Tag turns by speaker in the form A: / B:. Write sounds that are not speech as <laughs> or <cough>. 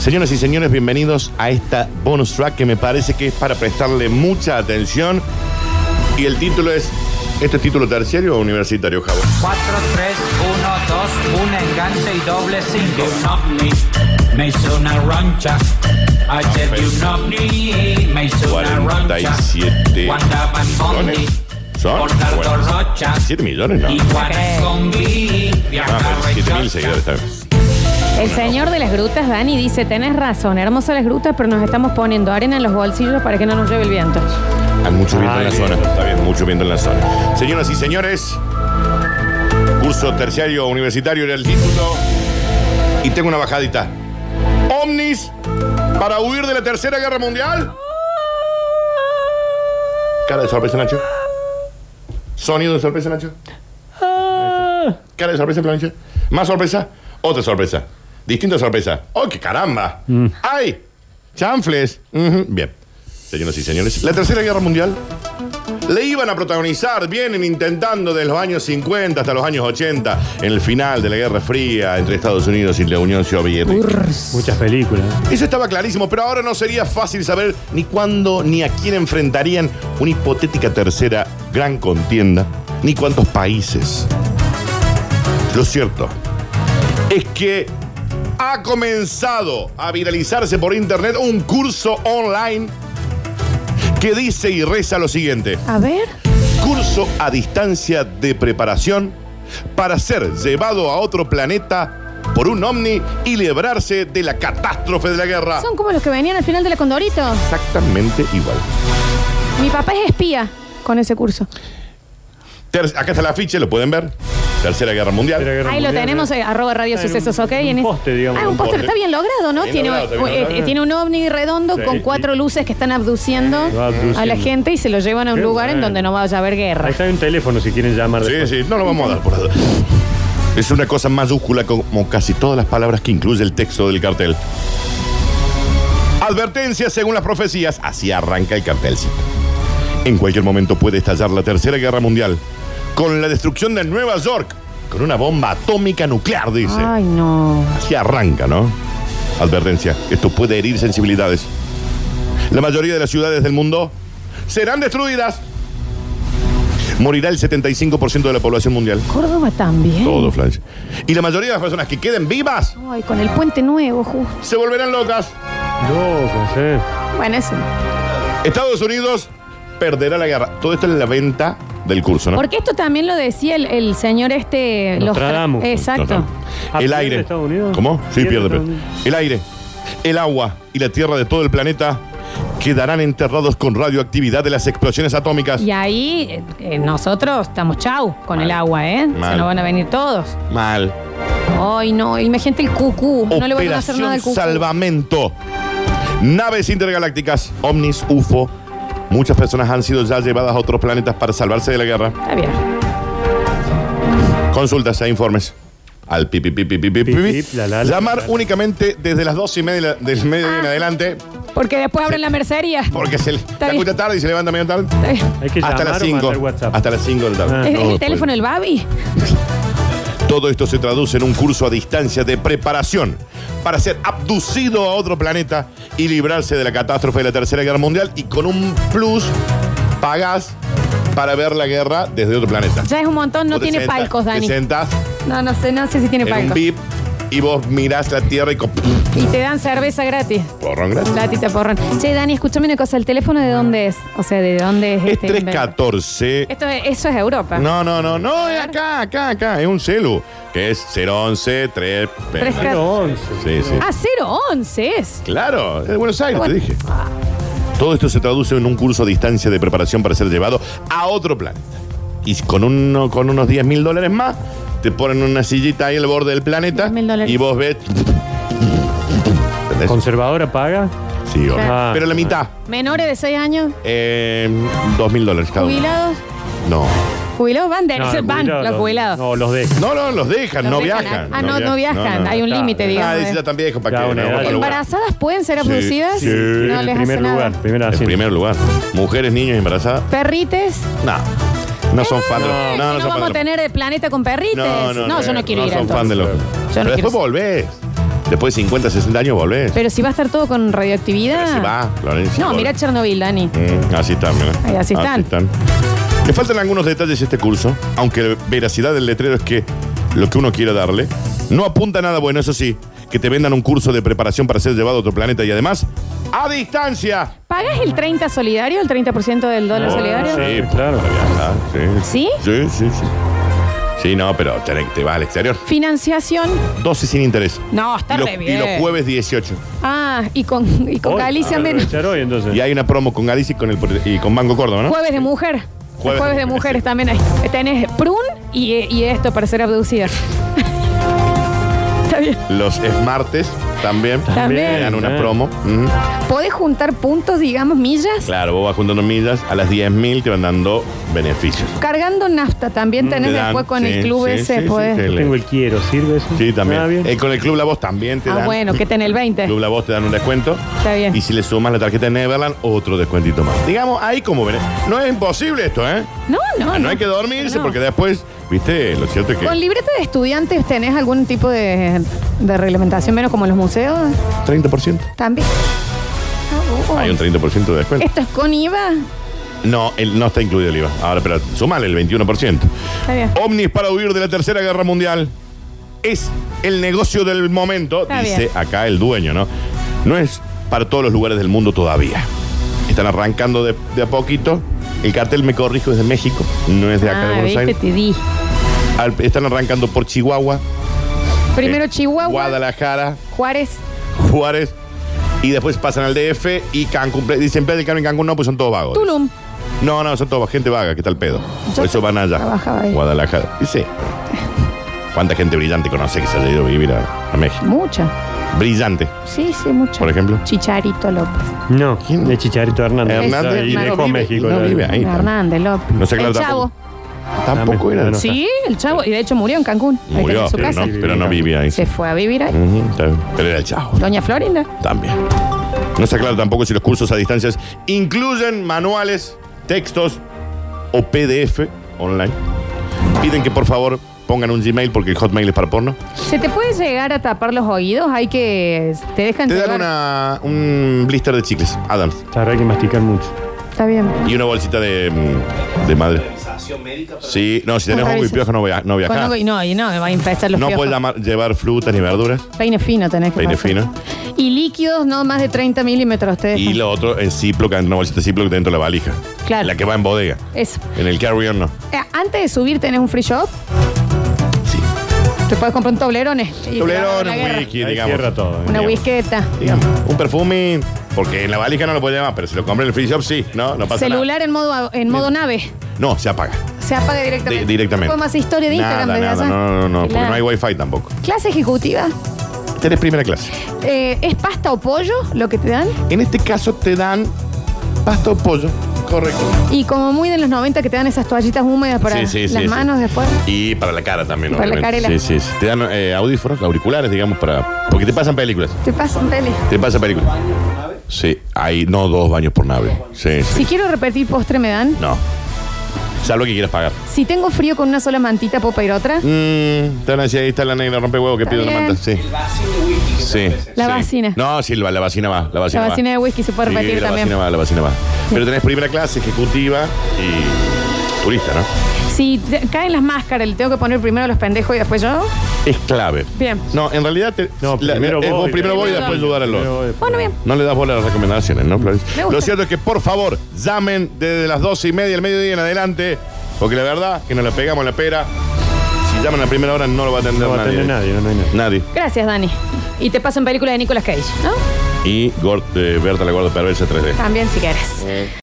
A: Señoras y señores, bienvenidos a esta bonus track que me parece que es para prestarle mucha atención. Y el título es. ¿Este es título terciario o universitario, Javo?
B: 4, 3, 1, 2, un enganche y doble 5. Un ovni, me hizo una rancha. Ayer vi un ovni, me hizo una rancha.
A: 47
B: Guandaba en bondi,
A: millones. ¿Son?
B: por Tardo
A: Bueno,
B: Rocha.
A: ¿7 millones? No.
B: Y Guanacombi,
A: Ah,
B: viaja
A: pues, 7 mil seguidores
B: rechocha.
A: está bien.
C: El señor de las grutas, Dani, dice, tenés razón, hermosas las grutas, pero nos estamos poniendo arena en los bolsillos para que no nos lleve el viento.
A: Hay mucho viento en la
D: Ay,
A: zona. Está bien, mucho viento en la zona. Señoras y señores, curso terciario universitario era el título. Y tengo una bajadita. Omnis para huir de la Tercera Guerra Mundial. Cara de sorpresa, Nacho. Sonido de sorpresa, Nacho. Cara de sorpresa, plancha. Más sorpresa, otra sorpresa. Distinta sorpresa. ¡Oh, qué caramba! ¡Ay! ¡Chanfles! Ujú, Bien. Señoras y señores, la Tercera Guerra Mundial le iban a protagonizar, vienen intentando desde los años 50 hasta los años 80, en el final de la Guerra Fría entre Estados Unidos y la Unión Soviética.
D: Muchas películas.
A: Eso estaba clarísimo, pero ahora no sería fácil saber ni cuándo ni a quién enfrentarían una hipotética tercera gran contienda, ni cuántos países. Lo cierto es que ha comenzado a viralizarse por internet un curso online que dice y reza lo siguiente.
C: A ver.
A: Curso a distancia de preparación para ser llevado a otro planeta por un ovni y librarse de la catástrofe de la guerra.
D: Ah.
C: Son como los que venían al final de la Condorito.
A: Exactamente igual.
C: Mi papá es espía con ese curso.
A: Ter- acá está la ficha, lo pueden ver. Tercera Guerra Mundial.
D: Tercera Guerra
C: Ahí lo
D: Mundial,
C: tenemos,
D: ¿eh?
C: eh, arroba radio
D: Está en
C: sucesos,
D: un-
C: ¿ok?
D: en
C: Y
D: un
C: es-
D: poste, digamos,
C: Ah,
D: en
C: un
D: un
C: póster.
A: poste.
C: Está bien logrado, ¿no?
A: Bien
C: tiene,
A: logrado, está bien
C: eh,
A: logrado.
C: eh, tiene un ovni redondo
D: Sí,
C: con cuatro luces que están abduciendo,
D: va
C: a la
D: abduciendo.
C: gente y se lo llevan a un
D: Qué
C: lugar en
D: bueno.
C: donde no vaya a haber guerra.
D: Ahí está un teléfono si quieren llamar.
A: Sí,
D: después.
A: sí, no lo vamos a dar por ahora. Es una cosa mayúscula como casi todas las palabras que incluye el texto del cartel. Advertencia según las profecías, así arranca el cartelcito. En cualquier momento puede estallar la Tercera Guerra Mundial con la destrucción de Nueva York con una bomba atómica nuclear, dice.
C: Ay, no.
A: Así arranca, ¿no? Advertencia, esto puede herir sensibilidades. La mayoría de las ciudades del mundo serán destruidas. Morirá el 75% de la población mundial.
C: Córdoba también.
A: Todo, Flash. Y la mayoría de las personas que queden vivas
C: Ay, con el puente nuevo, justo.
A: se volverán locas.
D: Locos, ¿eh?
C: Bueno, eso.
A: Estados Unidos perderá la guerra. Todo esto es la venta del curso, ¿no?
C: Porque esto también lo decía el, el señor este... los tra-
D: Nostradamus.
C: Exacto.
A: Ah, El
D: ¿pierde
A: aire.
D: Estados Unidos?
A: ¿Cómo? Sí,
D: ¿Pierde
A: pierde.
D: Estados
A: pero-
D: Unidos?
A: El aire, el agua y la tierra de todo el planeta quedarán enterrados con radioactividad de las explosiones atómicas.
C: Y ahí eh, eh, nosotros estamos chau con
A: Mal.
C: el agua, ¿eh?
A: Mal.
C: Se nos van a venir todos.
A: Mal.
C: Ay, no. Imagínate el cucú. no le van a hacer
A: Operación
C: nada al cucú.
A: Salvamento. Naves intergalácticas, ovnis, UFO. Muchas personas han sido ya llevadas a otros planetas para salvarse de la guerra.
C: Está bien.
A: Consultas e informes. Al pi, pi, pi, pi, pi, pi, pi.
D: Pi, pi, la, la, la,
A: Llamar
D: la, la.
A: únicamente desde las dos y media del medio
C: Ah.
A: en adelante,
C: Porque después abren la mercería.
A: porque se le- la
C: bien.
A: escucha tarde y se levanta medio tarde.
C: Está bien.
D: Hay que
A: Hasta las
D: llamar o
A: 5.
D: mandar WhatsApp.
A: Hasta las 5 de la tarde.
D: Ah.
C: ¿Es
A: No,
C: el
A: después.
C: teléfono el Babi?
A: Todo esto se traduce en un curso a distancia de preparación para ser abducido a otro planeta y librarse de la catástrofe de la Tercera Guerra Mundial y con un plus pagás para ver la guerra desde otro planeta.
C: Ya es un montón, no
A: Vos te
C: tiene
A: sentás-
C: palcos, Dani.
A: Te sentás
C: No, no sé, no sé si tiene
A: en un
C: palcos.
A: VIP y vos mirás la Tierra y con
C: Y te dan cerveza gratis.
A: porrón gratis.
C: Platita porrón. Che, Dani, escúchame una cosa. ¿El teléfono de dónde es? O sea, ¿de dónde es
A: Es
C: este invento?
A: 314.
C: Esto es- eso es Europa.
A: No, no, no, no, es acá, acá, acá, es un celu, que es 011 3...
C: Tres-
D: Pero 11.
A: Sí, sí.
C: Ah, 011 es.
A: Claro, es de Buenos Aires,
C: Bueno.
A: te dije. Todo esto se traduce en un curso a distancia de preparación para ser llevado a otro planeta. Y con, uno, con unos 10 mil dólares más, te ponen una sillita ahí al borde del planeta
C: 10.000 dólares.
A: y vos ves. ¿Entendés?
D: ¿Conservadora paga?
A: Sí, obvio.
D: Ah,
A: Pero la mitad,
C: Menores de 6 años,
A: eh, 2 mil dólares cada uno.
C: jubilados.
A: No.
C: Jubilados <laughs> van, de,
D: No,
C: van
D: jubilado,
C: los jubilados.
D: No, los de.
A: No, no, los dejan,
C: Los
A: no
C: dejan.
A: viajan.
C: Ah, no, no viajan.
A: no.
C: Hay un
D: Claro.
C: límite,
D: Ah,
A: Ah,
C: digamos. eh.
A: dice ya
C: de-
A: tan viejo para
D: Ya,
A: que.
D: una
A: no,
D: edad.
A: para lugar.
C: ¿Embarazadas pueden ser
A: Sí,
C: abducidas?
A: sí.
C: No
D: en
C: les hace
D: primer
C: nada.
D: lugar. Primera
A: En
D: hacienda.
A: primer lugar, mujeres, niños embarazadas,
C: ¿Perrites?
A: no. No son fan de los-
C: Eh,
A: No, no son fan de
C: vamos
A: los-
C: a tener el planeta con perrites. No, yo no quiero ir
A: son
C: entonces.
A: fan de los.
C: quiero
A: Pero después
C: ser-
A: volvés. Después de 50, 60 años volvés.
C: Pero si va a estar todo con radioactividad.
A: Así va, Florencia.
C: No,
A: volvés.
C: mira Chernobyl, Dani.
A: Mm, así están, mira.
C: Ahí, así están.
A: Le faltan algunos detalles a este curso, aunque la veracidad del letrero es que lo que uno quiera darle no apunta a nada bueno, eso sí, que te vendan un curso de preparación para ser llevado a otro planeta y además a distancia.
C: ¿Pagas el 30 solidario, el 30% del dólar
D: Oh,
C: solidario?
D: sí.
A: Sí,
D: claro.
A: para viajar, sí.
C: ¿Sí?
A: Sí, sí, sí. Sí, no, pero tenés que te vas al exterior.
C: Financiación.
A: 12 sin interés.
C: No, está
A: Y, lo-
C: re
A: y
C: bien.
A: los jueves 18.
C: Ah, y con, y con
D: Hoy,
C: Galicia
D: ah,
C: menos.
D: aprovechar hoy, entonces.
A: Y hay una promo con Galicia y con, el, y con Banco Córdoba, ¿no?
C: Jueves de mujer. Los Jueves,
A: ¿Ah? Jueves
C: de
A: de
C: mujeres
A: mujeres, sí.
C: también hay. Tenés prun y, y esto para ser abducida. Está bien.
A: Los es martes también.
C: También.
A: Te dan una
D: Eh.
A: promo. Ujú.
C: ¿Podés juntar puntos, digamos, millas?
A: Claro, vos vas juntando millas, a las 10.000 te van dando beneficios.
C: Cargando nafta también tenés
A: Mm, Te dan,
C: después con
A: sí,
C: el club
A: sí,
C: ese. pues?
A: sí,
C: podés.
A: sí,
D: Yo tengo el quiero, ¿sirve eso?
A: Sí, también.
D: Ah, bien.
A: Eh, con el Club La Voz también te
C: ah,
A: dan.
C: bueno, que tenés el 20.
A: Club La Voz te dan un descuento.
C: Está bien.
A: Y si le sumas la tarjeta de Neverland, otro descuentito más. Digamos, ahí como ven. No es imposible esto, ¿eh?
C: No, no,
A: No, hay que dormirse
C: No.
A: porque después, viste, lo cierto es que...
C: ¿Con libreta de estudiantes tenés algún tipo de, de reglamentación menos como en los museos?
A: 30%.
C: También. Ah, oh.
A: Hay un 30% de descuento.
C: <laughs> ¿Esto es con IVA?
A: No, el- no está incluido el IVA. Ahora, pero sumale el 21%.
C: Está bien.
A: Omnis para huir de la Tercera Guerra Mundial. Es el negocio del momento,
C: Está
A: dice
C: bien.
A: acá el dueño, ¿no? No es para todos los lugares del mundo todavía. Están arrancando de, de a poquito. El cartel, me corrijo, es de México, no es de acá de
C: Ah,
A: Buenos
C: viste,
A: Aires.
C: te di.
A: Al- están arrancando por Chihuahua.
C: Primero
A: eh,
C: Chihuahua,
A: Guadalajara,
C: Juárez.
A: Juárez. Y después pasan al DF y Cancún. Dicen, en Cancún, Cancún no, pues son todos vagos.
C: Tulum.
A: No, no, son todos gente vaga, ¿qué tal pedo? Por eso van allá.
C: trabajaba ahí.
A: Guadalajara. Y sí. ¿Cuánta gente brillante conoce que se ha ido a vivir a, a México?
C: Mucha.
A: Brillante,
C: Sí, sí, mucha.
A: por ejemplo.
C: Chicharito López.
D: No,
A: ¿Quién?
D: de Chicharito Hernández.
A: Hernández
D: Y
C: no
D: dejó
A: vive-
D: México.
A: no
D: ya.
A: vive ahí. está.
C: Hernández López.
A: No sé, claro,
C: el Chavo.
A: tampoco- Tampoco era.
D: No,
C: Sí, el Chavo. Y de hecho murió en Cancún. Ahí
A: Murió,
C: tenés su
A: pero
C: casa.
A: no, pero no vivía ahí.
C: Se fue a vivir ahí.
A: Ujú, está bien. Pero era el chavo.
C: Doña Florinda.
A: También. No está claro tampoco si los cursos a distancias incluyen manuales, textos o PDF online. Piden que por favor pongan un Gmail porque el Hotmail es para porno.
C: ¿Se te puede llegar a tapar los oídos? Hay que... Te dejan
A: Te dan
C: llevar-
A: una, un blister de chicles, Adams.
D: Claro, hay que masticar mucho.
C: Está bien.
A: Y una bolsita de, mm, de madre. Sí, no, si tenés
C: Con
A: hongo y
C: revisación.
A: piojo no, voy a, no
C: Con
A: viajas.
C: hongo y no, y no, va a empezar los
A: No
C: piojos.
A: puedes llamar- llevar frutas ni verduras.
C: Peine fino tenés que
A: Peine
C: pasar.
A: fino.
C: Y líquidos no más de 30 milímetros te dejan.
A: Y lo otro es Ziploc, una bolsita Ziploc dentro de la valija.
C: Claro.
A: La que va en bodega.
C: Eso.
A: En el carry-on no.
C: Eh, antes de subir tenés un free shop.
A: Sí.
C: Te puedes comprar un toblerone. y te vas a
A: Toblerón,
C: la
A: un
C: guerra.
A: whisky,
D: Ahí
A: digamos.
D: cierra todo, eh.
C: Una
A: Digamos.
C: whisqueta.
A: Digamos. Un perfume. Porque en la valija no lo puedes llevar, pero si lo compras en el free shop sí. No, no pasa
C: Celular en modo, en modo nave.
A: nada. No, se apaga.
C: Se apaga
A: Di-
C: directamente.
A: directamente.
C: Fue más historia de Instagram
A: nada, nada.
C: desde allá.
A: No, no, no, no, porque
C: Claro.
A: no hay wifi tampoco.
C: Clase ejecutiva.
A: Tenés primera clase.
C: Eh, ¿Es pasta o pollo lo que te dan?
A: En este caso te dan pasta o pollo. Correcto.
C: Y como muy de los 90 que te dan esas toallitas húmedas para
A: Sí, sí, sí,
C: las
A: sí.
C: manos después.
A: Y para la cara también,
C: Y para la
A: obviamente.
C: cara y la-
A: Sí, sí, sí. Te dan eh, audífonos, auriculares, digamos, para. Porque te pasan películas.
C: Te pasan peli.
A: Te pasan películas. Sí, hay no dos baños por nave. Sí, sí.
C: Si quiero repetir postre, ¿me dan?
A: No. Salvo que quieras pagar.
C: Si tengo frío con una sola mantita, ¿puedo pedir otra?
A: Mm, te van a decir, ahí está la negra, rompe huevo, que
C: Está
A: pido una
C: bien.
A: manta. Sí. Sí.
C: La
A: sí.
C: vacina.
A: No, sí, la, la vacina va. La vacina,
C: La
A: va.
C: vacina de whisky se puede
A: Sí,
C: repetir
A: la
C: también.
A: vacina va, la vacina va. Pero tenés primera clase, ejecutiva y turista, ¿no?
C: Si te- caen las máscaras, le tengo que poner primero a los pendejos y después yo.
A: Es clave.
C: Bien.
A: No, en realidad te,
D: No,
A: la-
D: primero
A: es
D: voy, eh.
A: vos primero voy y
C: primero
A: después
C: voy.
A: ayudar al otro.
D: Pero, eh,
C: Bueno, bien.
A: No le das bola a las recomendaciones, ¿no, Florencia?
C: Me gusta.
A: Lo cierto es que, por favor, llamen desde las 12 y media, el mediodía en adelante, porque la verdad que nos la pegamos la pera. Si llaman a la primera hora, no lo va a atender
D: No va a
A: nadie.
D: tener nadie, no, no hay nadie.
A: Nadie.
C: Gracias, Dani. Y te pasan películas de Nicolas Cage, ¿no?
A: Y Gord- eh, Berta la Gorda Perversa 3D.
C: También si quieres.